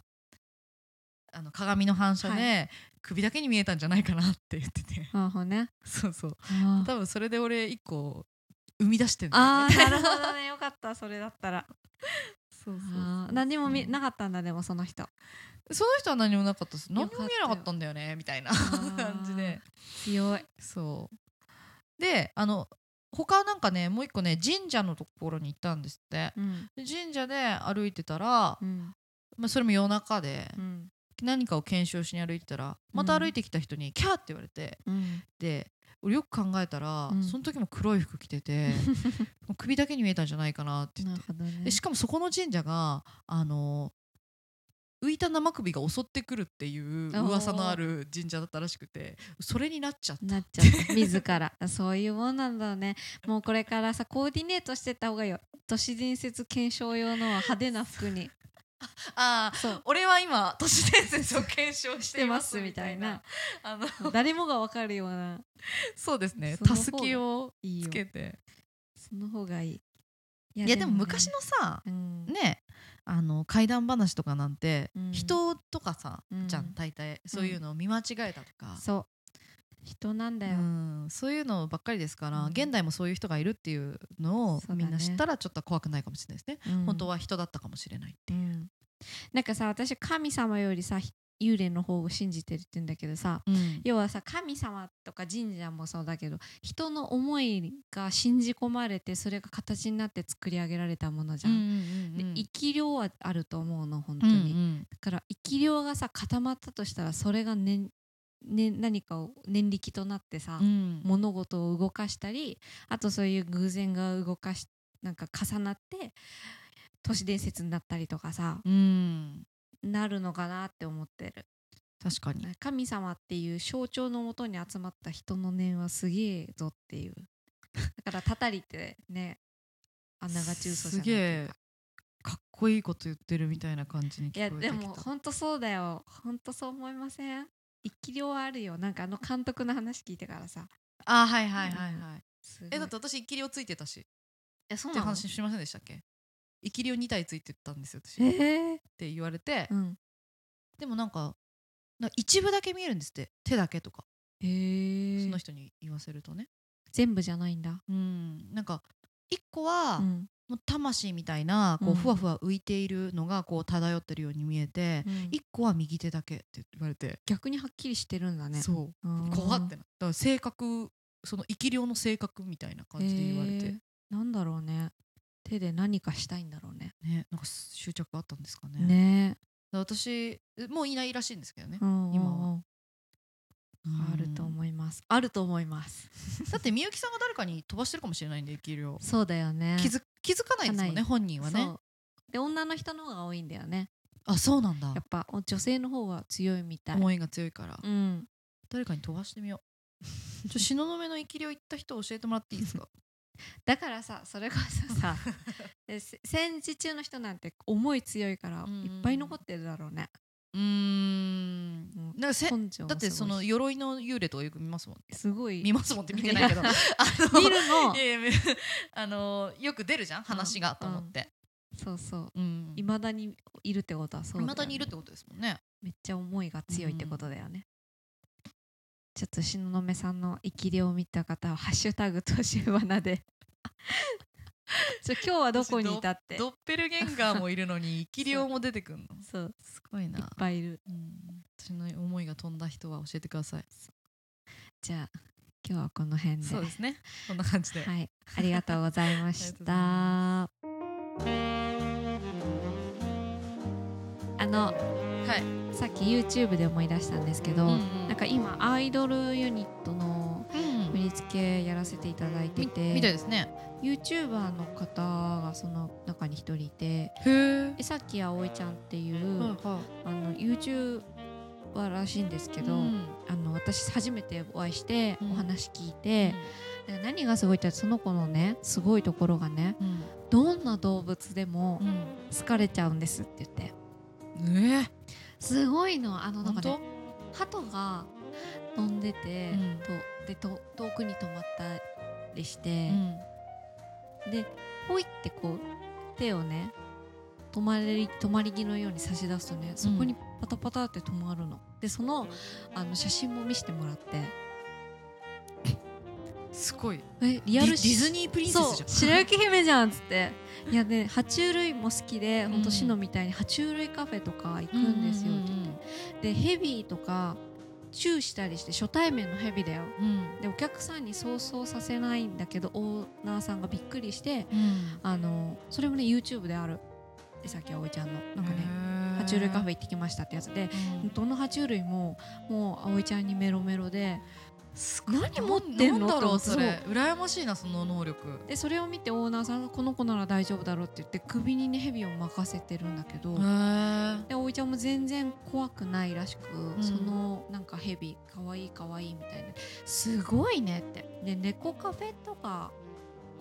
S3: あの鏡の反射で、
S4: は
S3: 首だけに見えたんじゃないかなって言って [laughs] て
S4: なるほどね
S3: そうそう
S4: あー
S3: 多分それで俺一個生み出してんだよ
S4: あ
S3: ね
S4: ーなるほどねよかったそれだったら
S3: そうそう
S4: あー何も見
S3: な
S4: なかったんだでもその人
S3: [laughs] その人は何もなかったです何
S4: よか
S3: も
S4: った
S3: 見
S4: よ
S3: えなかったんだよねみたいな
S4: ー
S3: 感じで
S4: 強い
S3: そうであの他なんかねもう一個ね神社のところに行ったんですって
S4: うん
S3: で神社で歩いてたら、
S4: うん
S3: まあ、それも夜中で
S4: うん
S3: 何かを検証しに歩いてたらまた歩いてきた人に「キャー!」って言われて
S4: うん
S3: で俺よく考えたら、
S4: うん
S3: その時も黒い服着て [laughs] てもう首だけに見えたんじゃないかなって言っ
S4: なる
S3: て、
S4: ほどね
S3: でしかもそこの神社があの浮いた生首が襲ってくるっていう噂のある神社だったらしくてそれになっちゃった
S4: なっちゃった自らそういうもんなんだよねもうこれからさコーディネートしてった方がいいよ都市伝説検証用のは派手な
S3: [laughs]
S4: 服に
S3: ああ
S4: そう
S3: 俺は今都市伝説を検証しています
S4: してますみ
S3: み
S4: た
S3: た
S4: い
S3: い
S4: な
S3: な [laughs] あの
S4: 誰もがわかるような
S3: そうですね
S4: その
S3: た
S4: 方が
S3: すきを
S4: いいよ
S3: つけて
S4: その方がいいい
S3: いやでも昔のさ
S4: うん
S3: ねあの怪談話とかなんて、
S4: うん
S3: 人とかさ、
S4: うん
S3: じゃん大体そういうのを見間違えたとか、
S4: そう人なんだ
S3: う
S4: よ、
S3: んそういうのばっかりですから、
S4: うん
S3: 現代もそういう人がいるっていうのを
S4: そうだね
S3: みんな知ったらちょっと怖くないかもしれないですね、
S4: うん
S3: 本当は人だったかもしれないって
S4: う
S3: いう、
S4: んなんかさ私神様よりさ幽霊の方を信じてるって言うんだけどさ要はさ神様とか神社もそうだけど人の思いが信じ込まれてそれが形になって作り上げられたものじゃん、で生き量はあると思うの本当に、だから生き量がさ固まったとしたらそれが、ねね、何かを念力となってさ、物事を動かしたりあとそういう偶然が動かしなんか重なって都市伝説になったりとかさ
S3: うん
S4: なるのかなって思ってる
S3: 確かに
S4: 神様っていう象徴のもとに集まった人の念はすげえぞっていうだからたたりってねあながち嘘じゃないっていうか
S3: かっこいいこと言ってるみたいな感じに
S4: いや
S3: 聞こえて
S4: で
S3: きた
S4: も本当そうだよ本当そう思いません生き量はあるよなんかあの監督の話聞いてからさ
S3: あはいはいはいはい、
S4: すごい
S3: えだって私一気量ついてたし
S4: えそ
S3: っ
S4: うな
S3: て
S4: の
S3: 話しませんでしたっけ生き量2体ついてたんですよ私
S4: え
S3: っ
S4: ー
S3: て言われて、
S4: うん
S3: でもなんかなんか一部だけ見えるんですって手だけとか、
S4: えー
S3: その人に言わせるとね
S4: 全部じゃないんだ。
S3: うんなんか一個は、
S4: うん
S3: もう魂みたいなこ
S4: う
S3: うんふわふわ浮いているのがこう漂ってるように見えて、一個は右手だけって言われて、
S4: 逆にはっきりしてるんだね。
S3: そううん怖ってなだから性格その生き量の性格みたいな感じで言われて、
S4: えーなんだろうね。手で何かしたいんだろうね。
S3: ねなんか執着あったんですかねだか
S4: ね
S3: ら私もういないらしいんですけどね
S4: え、う、ん
S3: 今は
S4: うんうんあると
S3: うん
S4: 思います。あると思います。
S3: だってみゆきさんが誰かに飛ばしてるかもしれないんで生き量
S4: そうだよね。
S3: 気づ気づかないですもん
S4: 気づかない
S3: ね本人はね
S4: そうで女の人の方が多いんだよね。
S3: あそうなんだ
S4: やっぱ女性の方は強いみたい、
S3: 思いが強いから
S4: うん、
S3: 誰かに飛ばしてみよう
S4: [laughs]
S3: ちょ東雲の生きりを行った人教えてもらっていいですか
S4: だからさそれこそさ [laughs] でせ戦時中の人なんて思い強いから
S3: うんうん
S4: いっぱい残ってるだろうね、
S3: うーん
S4: もう
S3: なんかせ
S4: 根性も
S3: だってその
S4: すごいし
S3: 鎧の幽霊とかよく見ますもん [laughs] ね
S4: すごい
S3: 見ますもんって見てないけどあ
S4: や
S3: の
S4: [laughs] 見るの
S3: [laughs] いやいやあのよく出るじゃん話がと思って
S4: そうそう
S3: うん
S4: いまだにいるってことはそ
S3: 未
S4: うよね
S3: だにいるってことですもんね
S4: めっちゃ思いが強いってことだよね、ちょっと東雲さんの生きりを見た方は「ハッシュタグ年花で」 [laughs] ちょ今日はどこにいたって
S3: ドッペルゲンガーもいるの
S4: [laughs]
S3: に生きりょうも出てくるの
S4: そう
S3: すごい
S4: いっ
S3: な
S4: ぱいいる
S3: うん私の思いが飛んだ人は教えてください
S4: じゃあ今日はこの辺で
S3: そうですねこんな感じで
S4: はい、ありがとうございま
S3: ありが
S4: し
S3: とうござ
S4: た
S3: い
S4: あの
S3: はい
S4: さっき YouTube で思い出したんですけど、
S3: うんうん
S4: なんか今アイドルユニットの
S3: うん
S4: 振り付けやらせていただいて
S3: み
S4: て
S3: みたいですね
S4: YouTuber の方がその中に一人いて
S3: へえ
S4: 江崎葵ちゃんっていう、
S3: は
S4: あの YouTuber らしいんですけ
S3: い
S4: ど、
S3: うん
S4: あの私初めてお会いして
S3: うん
S4: お話聞いて、なんか何がすごいってその子のねすごいところがね
S3: うん
S4: どんな動物でも
S3: うん
S4: 好かれちゃうんですって言って
S3: ね
S4: すごいのあのなんか
S3: 本
S4: ね鳩が飛んでて、
S3: うん
S4: とでと遠くに止まったりし
S3: え
S4: て、でほいってこう手をね止まり止まり木のように差し出すとねそこにパタパタって止まるの、でそのあの写真も見せてもらって
S3: すごい
S4: えリ
S3: デ
S4: ア
S3: ィ
S4: ル
S3: ディズニープリンセ
S4: そう
S3: スじゃん
S4: 白雪姫じゃんっつっていやね爬虫類も好きでほん
S3: う
S4: と
S3: ん
S4: シノみたいに爬虫類カフェとか行くんですよって言って、でヘビとかチューしたりして初対面のヘビだよ
S3: うん
S4: でお客さんに想像させないんだけどオーナーさんがびっくりして
S3: うん
S4: あのそれもね YouTube である江崎葵ちゃんのなんかね爬虫類カフェ行ってきましたってやつで
S3: うん
S4: どの爬虫類ももう葵ちゃんにメロメロです
S3: ごい
S4: 何持ってん
S3: な
S4: の
S3: んだろう
S4: と思
S3: そ
S4: って
S3: れ羨ましいなその能力
S4: でそれを見てオーナーさんがこの子なら大丈夫だろうって言って首にね蛇を任せてるんだけど、
S3: へ
S4: で葵ちゃんも全然怖くないらしく、
S3: ん
S4: そのなんか蛇かわいいかわいいみたいなすごいねってで猫カフェとか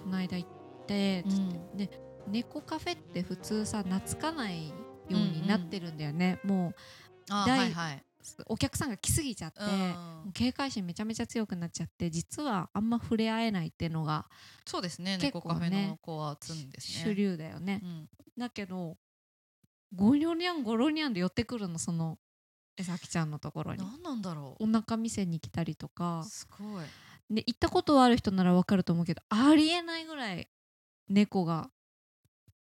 S4: この間行って、つってで猫カフェって普通さ懐かないようになってるんだよね、も
S3: あ
S4: 第
S3: はいはい
S4: そうお客さんが来すぎちゃって、
S3: うん
S4: 警戒心めちゃめちゃ強くなっちゃって実はあんま触れ合えないっていうのが
S3: そうですね
S4: 結
S3: 猫
S4: 構
S3: カフェの
S4: ね
S3: 子は積んですね
S4: 主流だよね
S3: う、ん
S4: だけどゴニョニャンゴロニャンで寄ってくるのその江崎ちゃんのところに
S3: 何なんだろ
S4: お腹見せに来たりと
S3: う
S4: か
S3: すごい
S4: で行ったことはある人ならわかると思うけどありえないぐらい猫が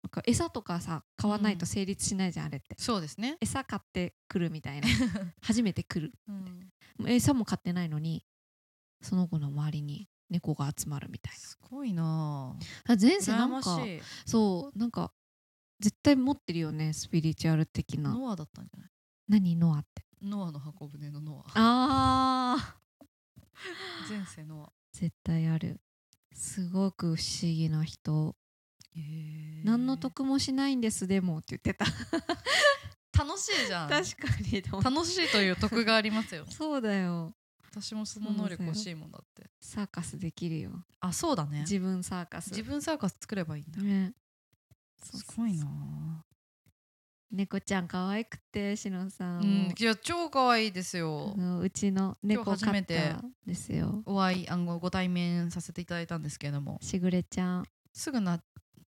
S4: なんか餌とかさ買わないと成立しないじゃん、あれって
S3: そうですね
S4: 餌買ってくるみた [laughs] いな初めて来る
S3: うん
S4: もう餌も買ってないのにその子の周りに猫が集まるみたい
S3: すごいなぁ
S4: なあ前世な
S3: 羨
S4: ん
S3: まし
S4: か
S3: い
S4: そうなんか絶対持ってるよねスピリチュアル的な
S3: ノアだったんじゃない
S4: 何ノアって
S3: ノアの箱舟のノア
S4: あ
S3: 前世ノア
S4: 絶対あるすごく不思議な人
S3: へー
S4: 何の得もしないんですでもって言ってた
S3: 楽しいじゃん
S4: [laughs] 確かにでも
S3: 楽しいという得がありますよ
S4: [laughs] そうだよ
S3: 私もその能力欲しいもんだって
S4: サーカスできるよ
S3: あそうだね
S4: 自分サーカス
S3: 自分サーカス作ればいいんだ
S4: ねそう
S3: すごいな
S4: 猫ちゃん可愛くてしのさ
S3: ぁ
S4: ん
S3: う
S4: も
S3: んいや超可愛いですよ
S4: あのうちの猫
S3: 今日初
S4: 飼
S3: め
S4: ってたんですよ
S3: お会いあのご対面させていただいたんですけれども
S4: しぐれちゃん
S3: すぐな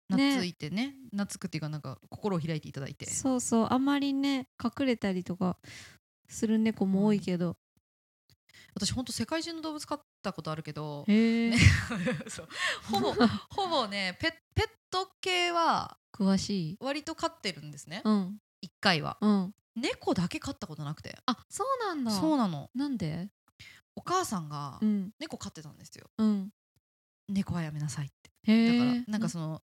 S4: ね
S3: 懐いてね懐くっていうかなんか心を開いていただいて
S4: そうそうあまりね隠れたりとかする猫も多いけど、
S3: 私ほんと世界中の動物飼ったことあるけど
S4: へえ
S3: [laughs] そうほぼほぼねペペット系は
S4: [laughs] 詳しい
S3: 割と飼ってるんですね
S4: うん
S3: 1回は
S4: うん
S3: 猫だけ飼ったことなくて
S4: あそうなんだ
S3: そうなの
S4: なんで
S3: お母さんが
S4: うん
S3: 猫飼ってたんですよ
S4: うん
S3: 猫はやめなさいって
S4: へ
S3: だ
S4: え
S3: からなんかその、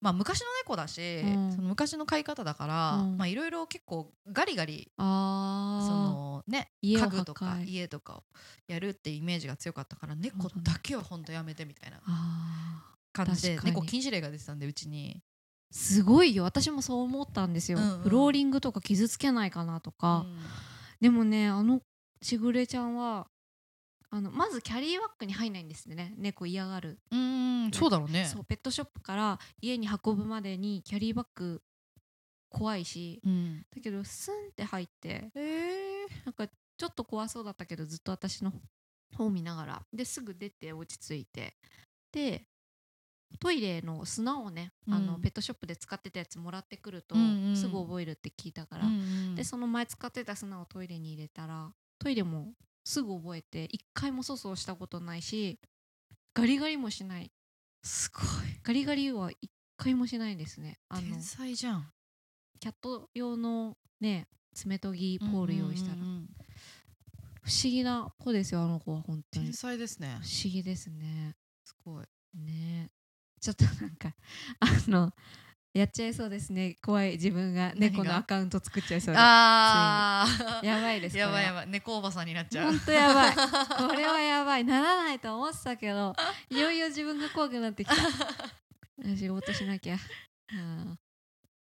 S3: まあ、昔の猫だし、
S4: うん
S3: その昔の飼い方だから、
S4: うん
S3: まあ、いろいろ結構ガリガリ
S4: あ
S3: そ
S4: ー
S3: の、ね、
S4: 家を
S3: 家具と
S4: 破
S3: か
S4: 壊
S3: 家とかをやるっていうイメージが強かったから猫だけは本当やめてみたいな
S4: あ
S3: 感じで
S4: 確かに
S3: 猫禁止令が出てたんでうちに
S4: すごいよ私もそう思ったんですよ、
S3: うんうん
S4: フローリングとか傷つけないかなとか、でもねあのしぐれちゃんはあのまずキャリーバッグに入んないんですね猫嫌がる、
S3: うんうんそうだろうね
S4: そうペットショップから家に運ぶまでにキャリーバッグ怖いし
S3: うん
S4: だけどスンって入って
S3: えー
S4: なんかちょっと怖そうだったけどずっと私の方見ながらですぐ出て落ち着いてでトイレの砂をね、あの
S3: うん
S4: ペットショップで使ってたやつもらってくると、
S3: うんうん
S4: すぐ覚えるって聞いたから、
S3: うん
S4: でその前使ってた砂をトイレに入れたらトイレもすぐ覚えて一回も粗相したことないしガリガリもしない
S3: すご
S4: ガリガリは一回もしないですねあ
S3: い
S4: の
S3: 天才じゃん
S4: キャット用のね爪研ぎポール用意したら、
S3: うんうんうん
S4: 不思議な子ですよあの子は本当に
S3: 天
S4: 不
S3: 才ですね
S4: 思議ですね
S3: すごい
S4: ねちょっとなんかあのやっちゃいそうですね怖い自分が
S3: 何が
S4: 猫のアカウント作っちゃいそうで
S3: ああ
S4: やばいです
S3: やばいや
S4: ば
S3: ばい猫おばさんになっちゃ
S4: ほ
S3: うん
S4: と
S3: [laughs]
S4: やばいこれはやばいならないと思ってたけどいよいよ自分が怖くなってきた仕事しなきゃあ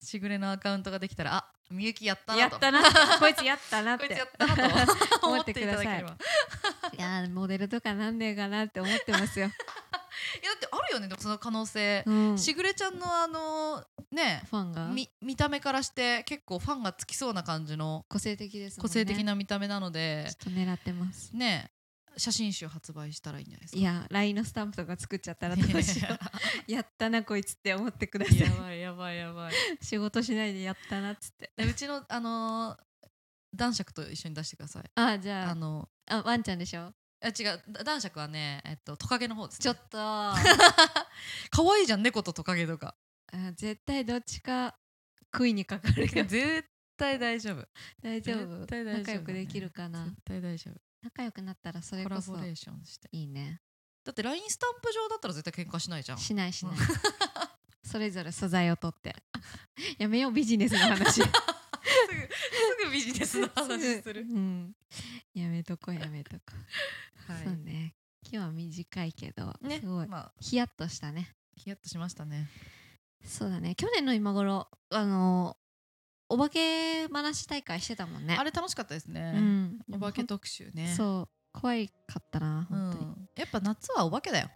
S3: しぐれのアカウントができたらあみゆきやった
S4: ーや
S3: な
S4: っ
S3: と
S4: たなこいつやったなっ
S3: こ
S4: て
S3: いつやったな
S4: [laughs]
S3: と思っていただければいやだ
S4: 思
S3: っ
S4: いやーモデルとかなんねえかなって思ってますよ、
S3: てあるよねでもその可能性
S4: うんフ
S3: しぐれちゃんのあのね
S4: ァンが
S3: み見た目からして結構ファンがつきそうな感じの
S4: 個性的ですもん
S3: 個
S4: ね
S3: 性的な見た目なので
S4: ちょっと狙ってます
S3: ね写真集発売したらいいんじゃないですか
S4: いや LINE のスタンプとか作っちゃったらどうしよう [laughs] やったなこいつって思ってください
S3: [laughs] やばいやばいやばい
S4: [laughs] 仕事しないでやったなっつって
S3: でうちのあのー男爵と一緒に出してください
S4: あーじゃ
S3: あ
S4: あ
S3: の
S4: あワンちゃんでしょ
S3: あ違うだ男爵はねえっとトカゲの方です、ね、
S4: ちょっと [laughs] あ
S3: 可愛いじゃん猫とトカゲとか
S4: ー絶対どっちか食いにかかるよ
S3: [laughs]
S4: [laughs]
S3: 絶対大丈夫
S4: 大丈夫
S3: 絶対大丈夫
S4: 仲良くできるかな
S3: 絶対大丈夫
S4: 仲良くなったらそれ
S3: コラ
S4: こそ
S3: ボレーションして
S4: いいね
S3: だって LINE スタンプ上だったら絶対喧嘩しないじゃん [laughs]
S4: しない [laughs] しない
S3: うん
S4: それぞれ素材を取って [laughs] やめようビジネスの [laughs] 話
S3: すぐビジネスの話する
S4: うん、やめとこやめとこ、
S3: はい
S4: そうね今日は短いけど、
S3: ね
S4: すごい
S3: まあ
S4: ヒヤッとしたね
S3: ヒヤッとしましたね
S4: そうだね去年の今頃あのお化け話大会してたもんね
S3: あれ楽しかったですね、
S4: うん
S3: お化け特集ね
S4: そう怖いかったな
S3: う
S4: 本当に、
S3: ん、やっぱ夏はお化けだよ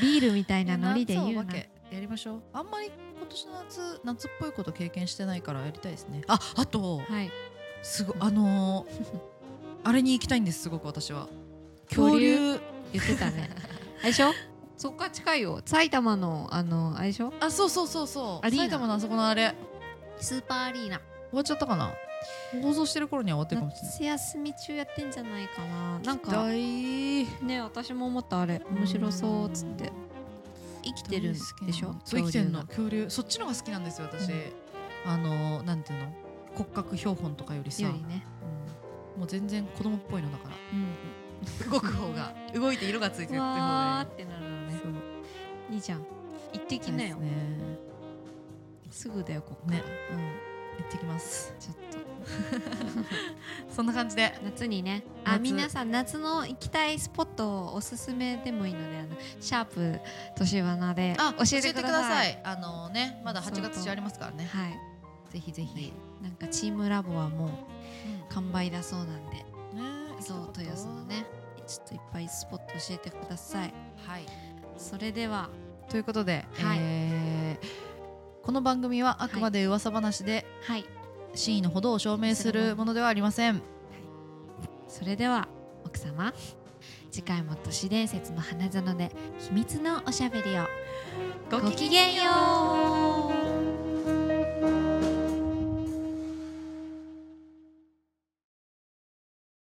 S4: ビールみたいなノリで言う
S3: 夏は
S4: な
S3: お化けやりましょうあんまり今年の夏夏っぽいこと経験してないからやりたいですねああと、
S4: はい
S3: すごいあのー [laughs] あれに行きたいんですすごく私は
S4: 恐
S3: 恐
S4: 竜
S3: 竜
S4: 言ってたねあれでしょそっから近いよ埼玉のあのあれでしょ
S3: あそうそうそうそう
S4: アリーナ
S3: 埼玉のあそこのあれ
S4: スーパーアリーナ
S3: 終わっちゃったかな放送してる頃には終わってるかもしれない
S4: 夏休み中やってんじゃないかななんか
S3: 大
S4: ね私も思ったあれ面白そうっつって生きてるんでしょ
S3: そう生きてん
S4: 恐竜
S3: の
S4: が
S3: 恐竜そっちのが好きなんですよ私、
S4: うん
S3: あのーなんていうの骨格標本とかよりさ
S4: よりね
S3: うんもう全然子供っぽいのだから、動く方が動いて色がついてるって方
S4: わ
S3: が
S4: ーってなるの
S3: いい
S4: ね
S3: そう
S4: いいじゃん行ってきな
S3: です
S4: よ
S3: ね
S4: すぐだよここ
S3: ね
S4: ね
S3: 行ってきます
S4: ちょっと
S3: [laughs] そんな感じで
S4: 夏にねあ
S3: 夏
S4: 皆さん夏の行きたいスポットをおすすめでもいいのであのシャープ年花で
S3: あ
S4: 教えてください
S3: 教えてくださいあのねまだ
S4: そう
S3: 8月中ありますからね
S4: はい
S3: ぜひぜひ、
S4: なんかチームラボはもう
S3: うん
S4: 完売だそうなんで
S3: ねえ
S4: そう豊洲のねちょっといっぱいスポット教えてください
S3: はい
S4: それでは
S3: ということで、
S4: はい
S3: えーこの番組はあくまで噂話で、
S4: はい
S3: 真意のほどを証明するものではありません
S4: それでは奥様次回も都市伝説の花園で秘密のおしゃべりを
S3: ご
S4: ごきげんよう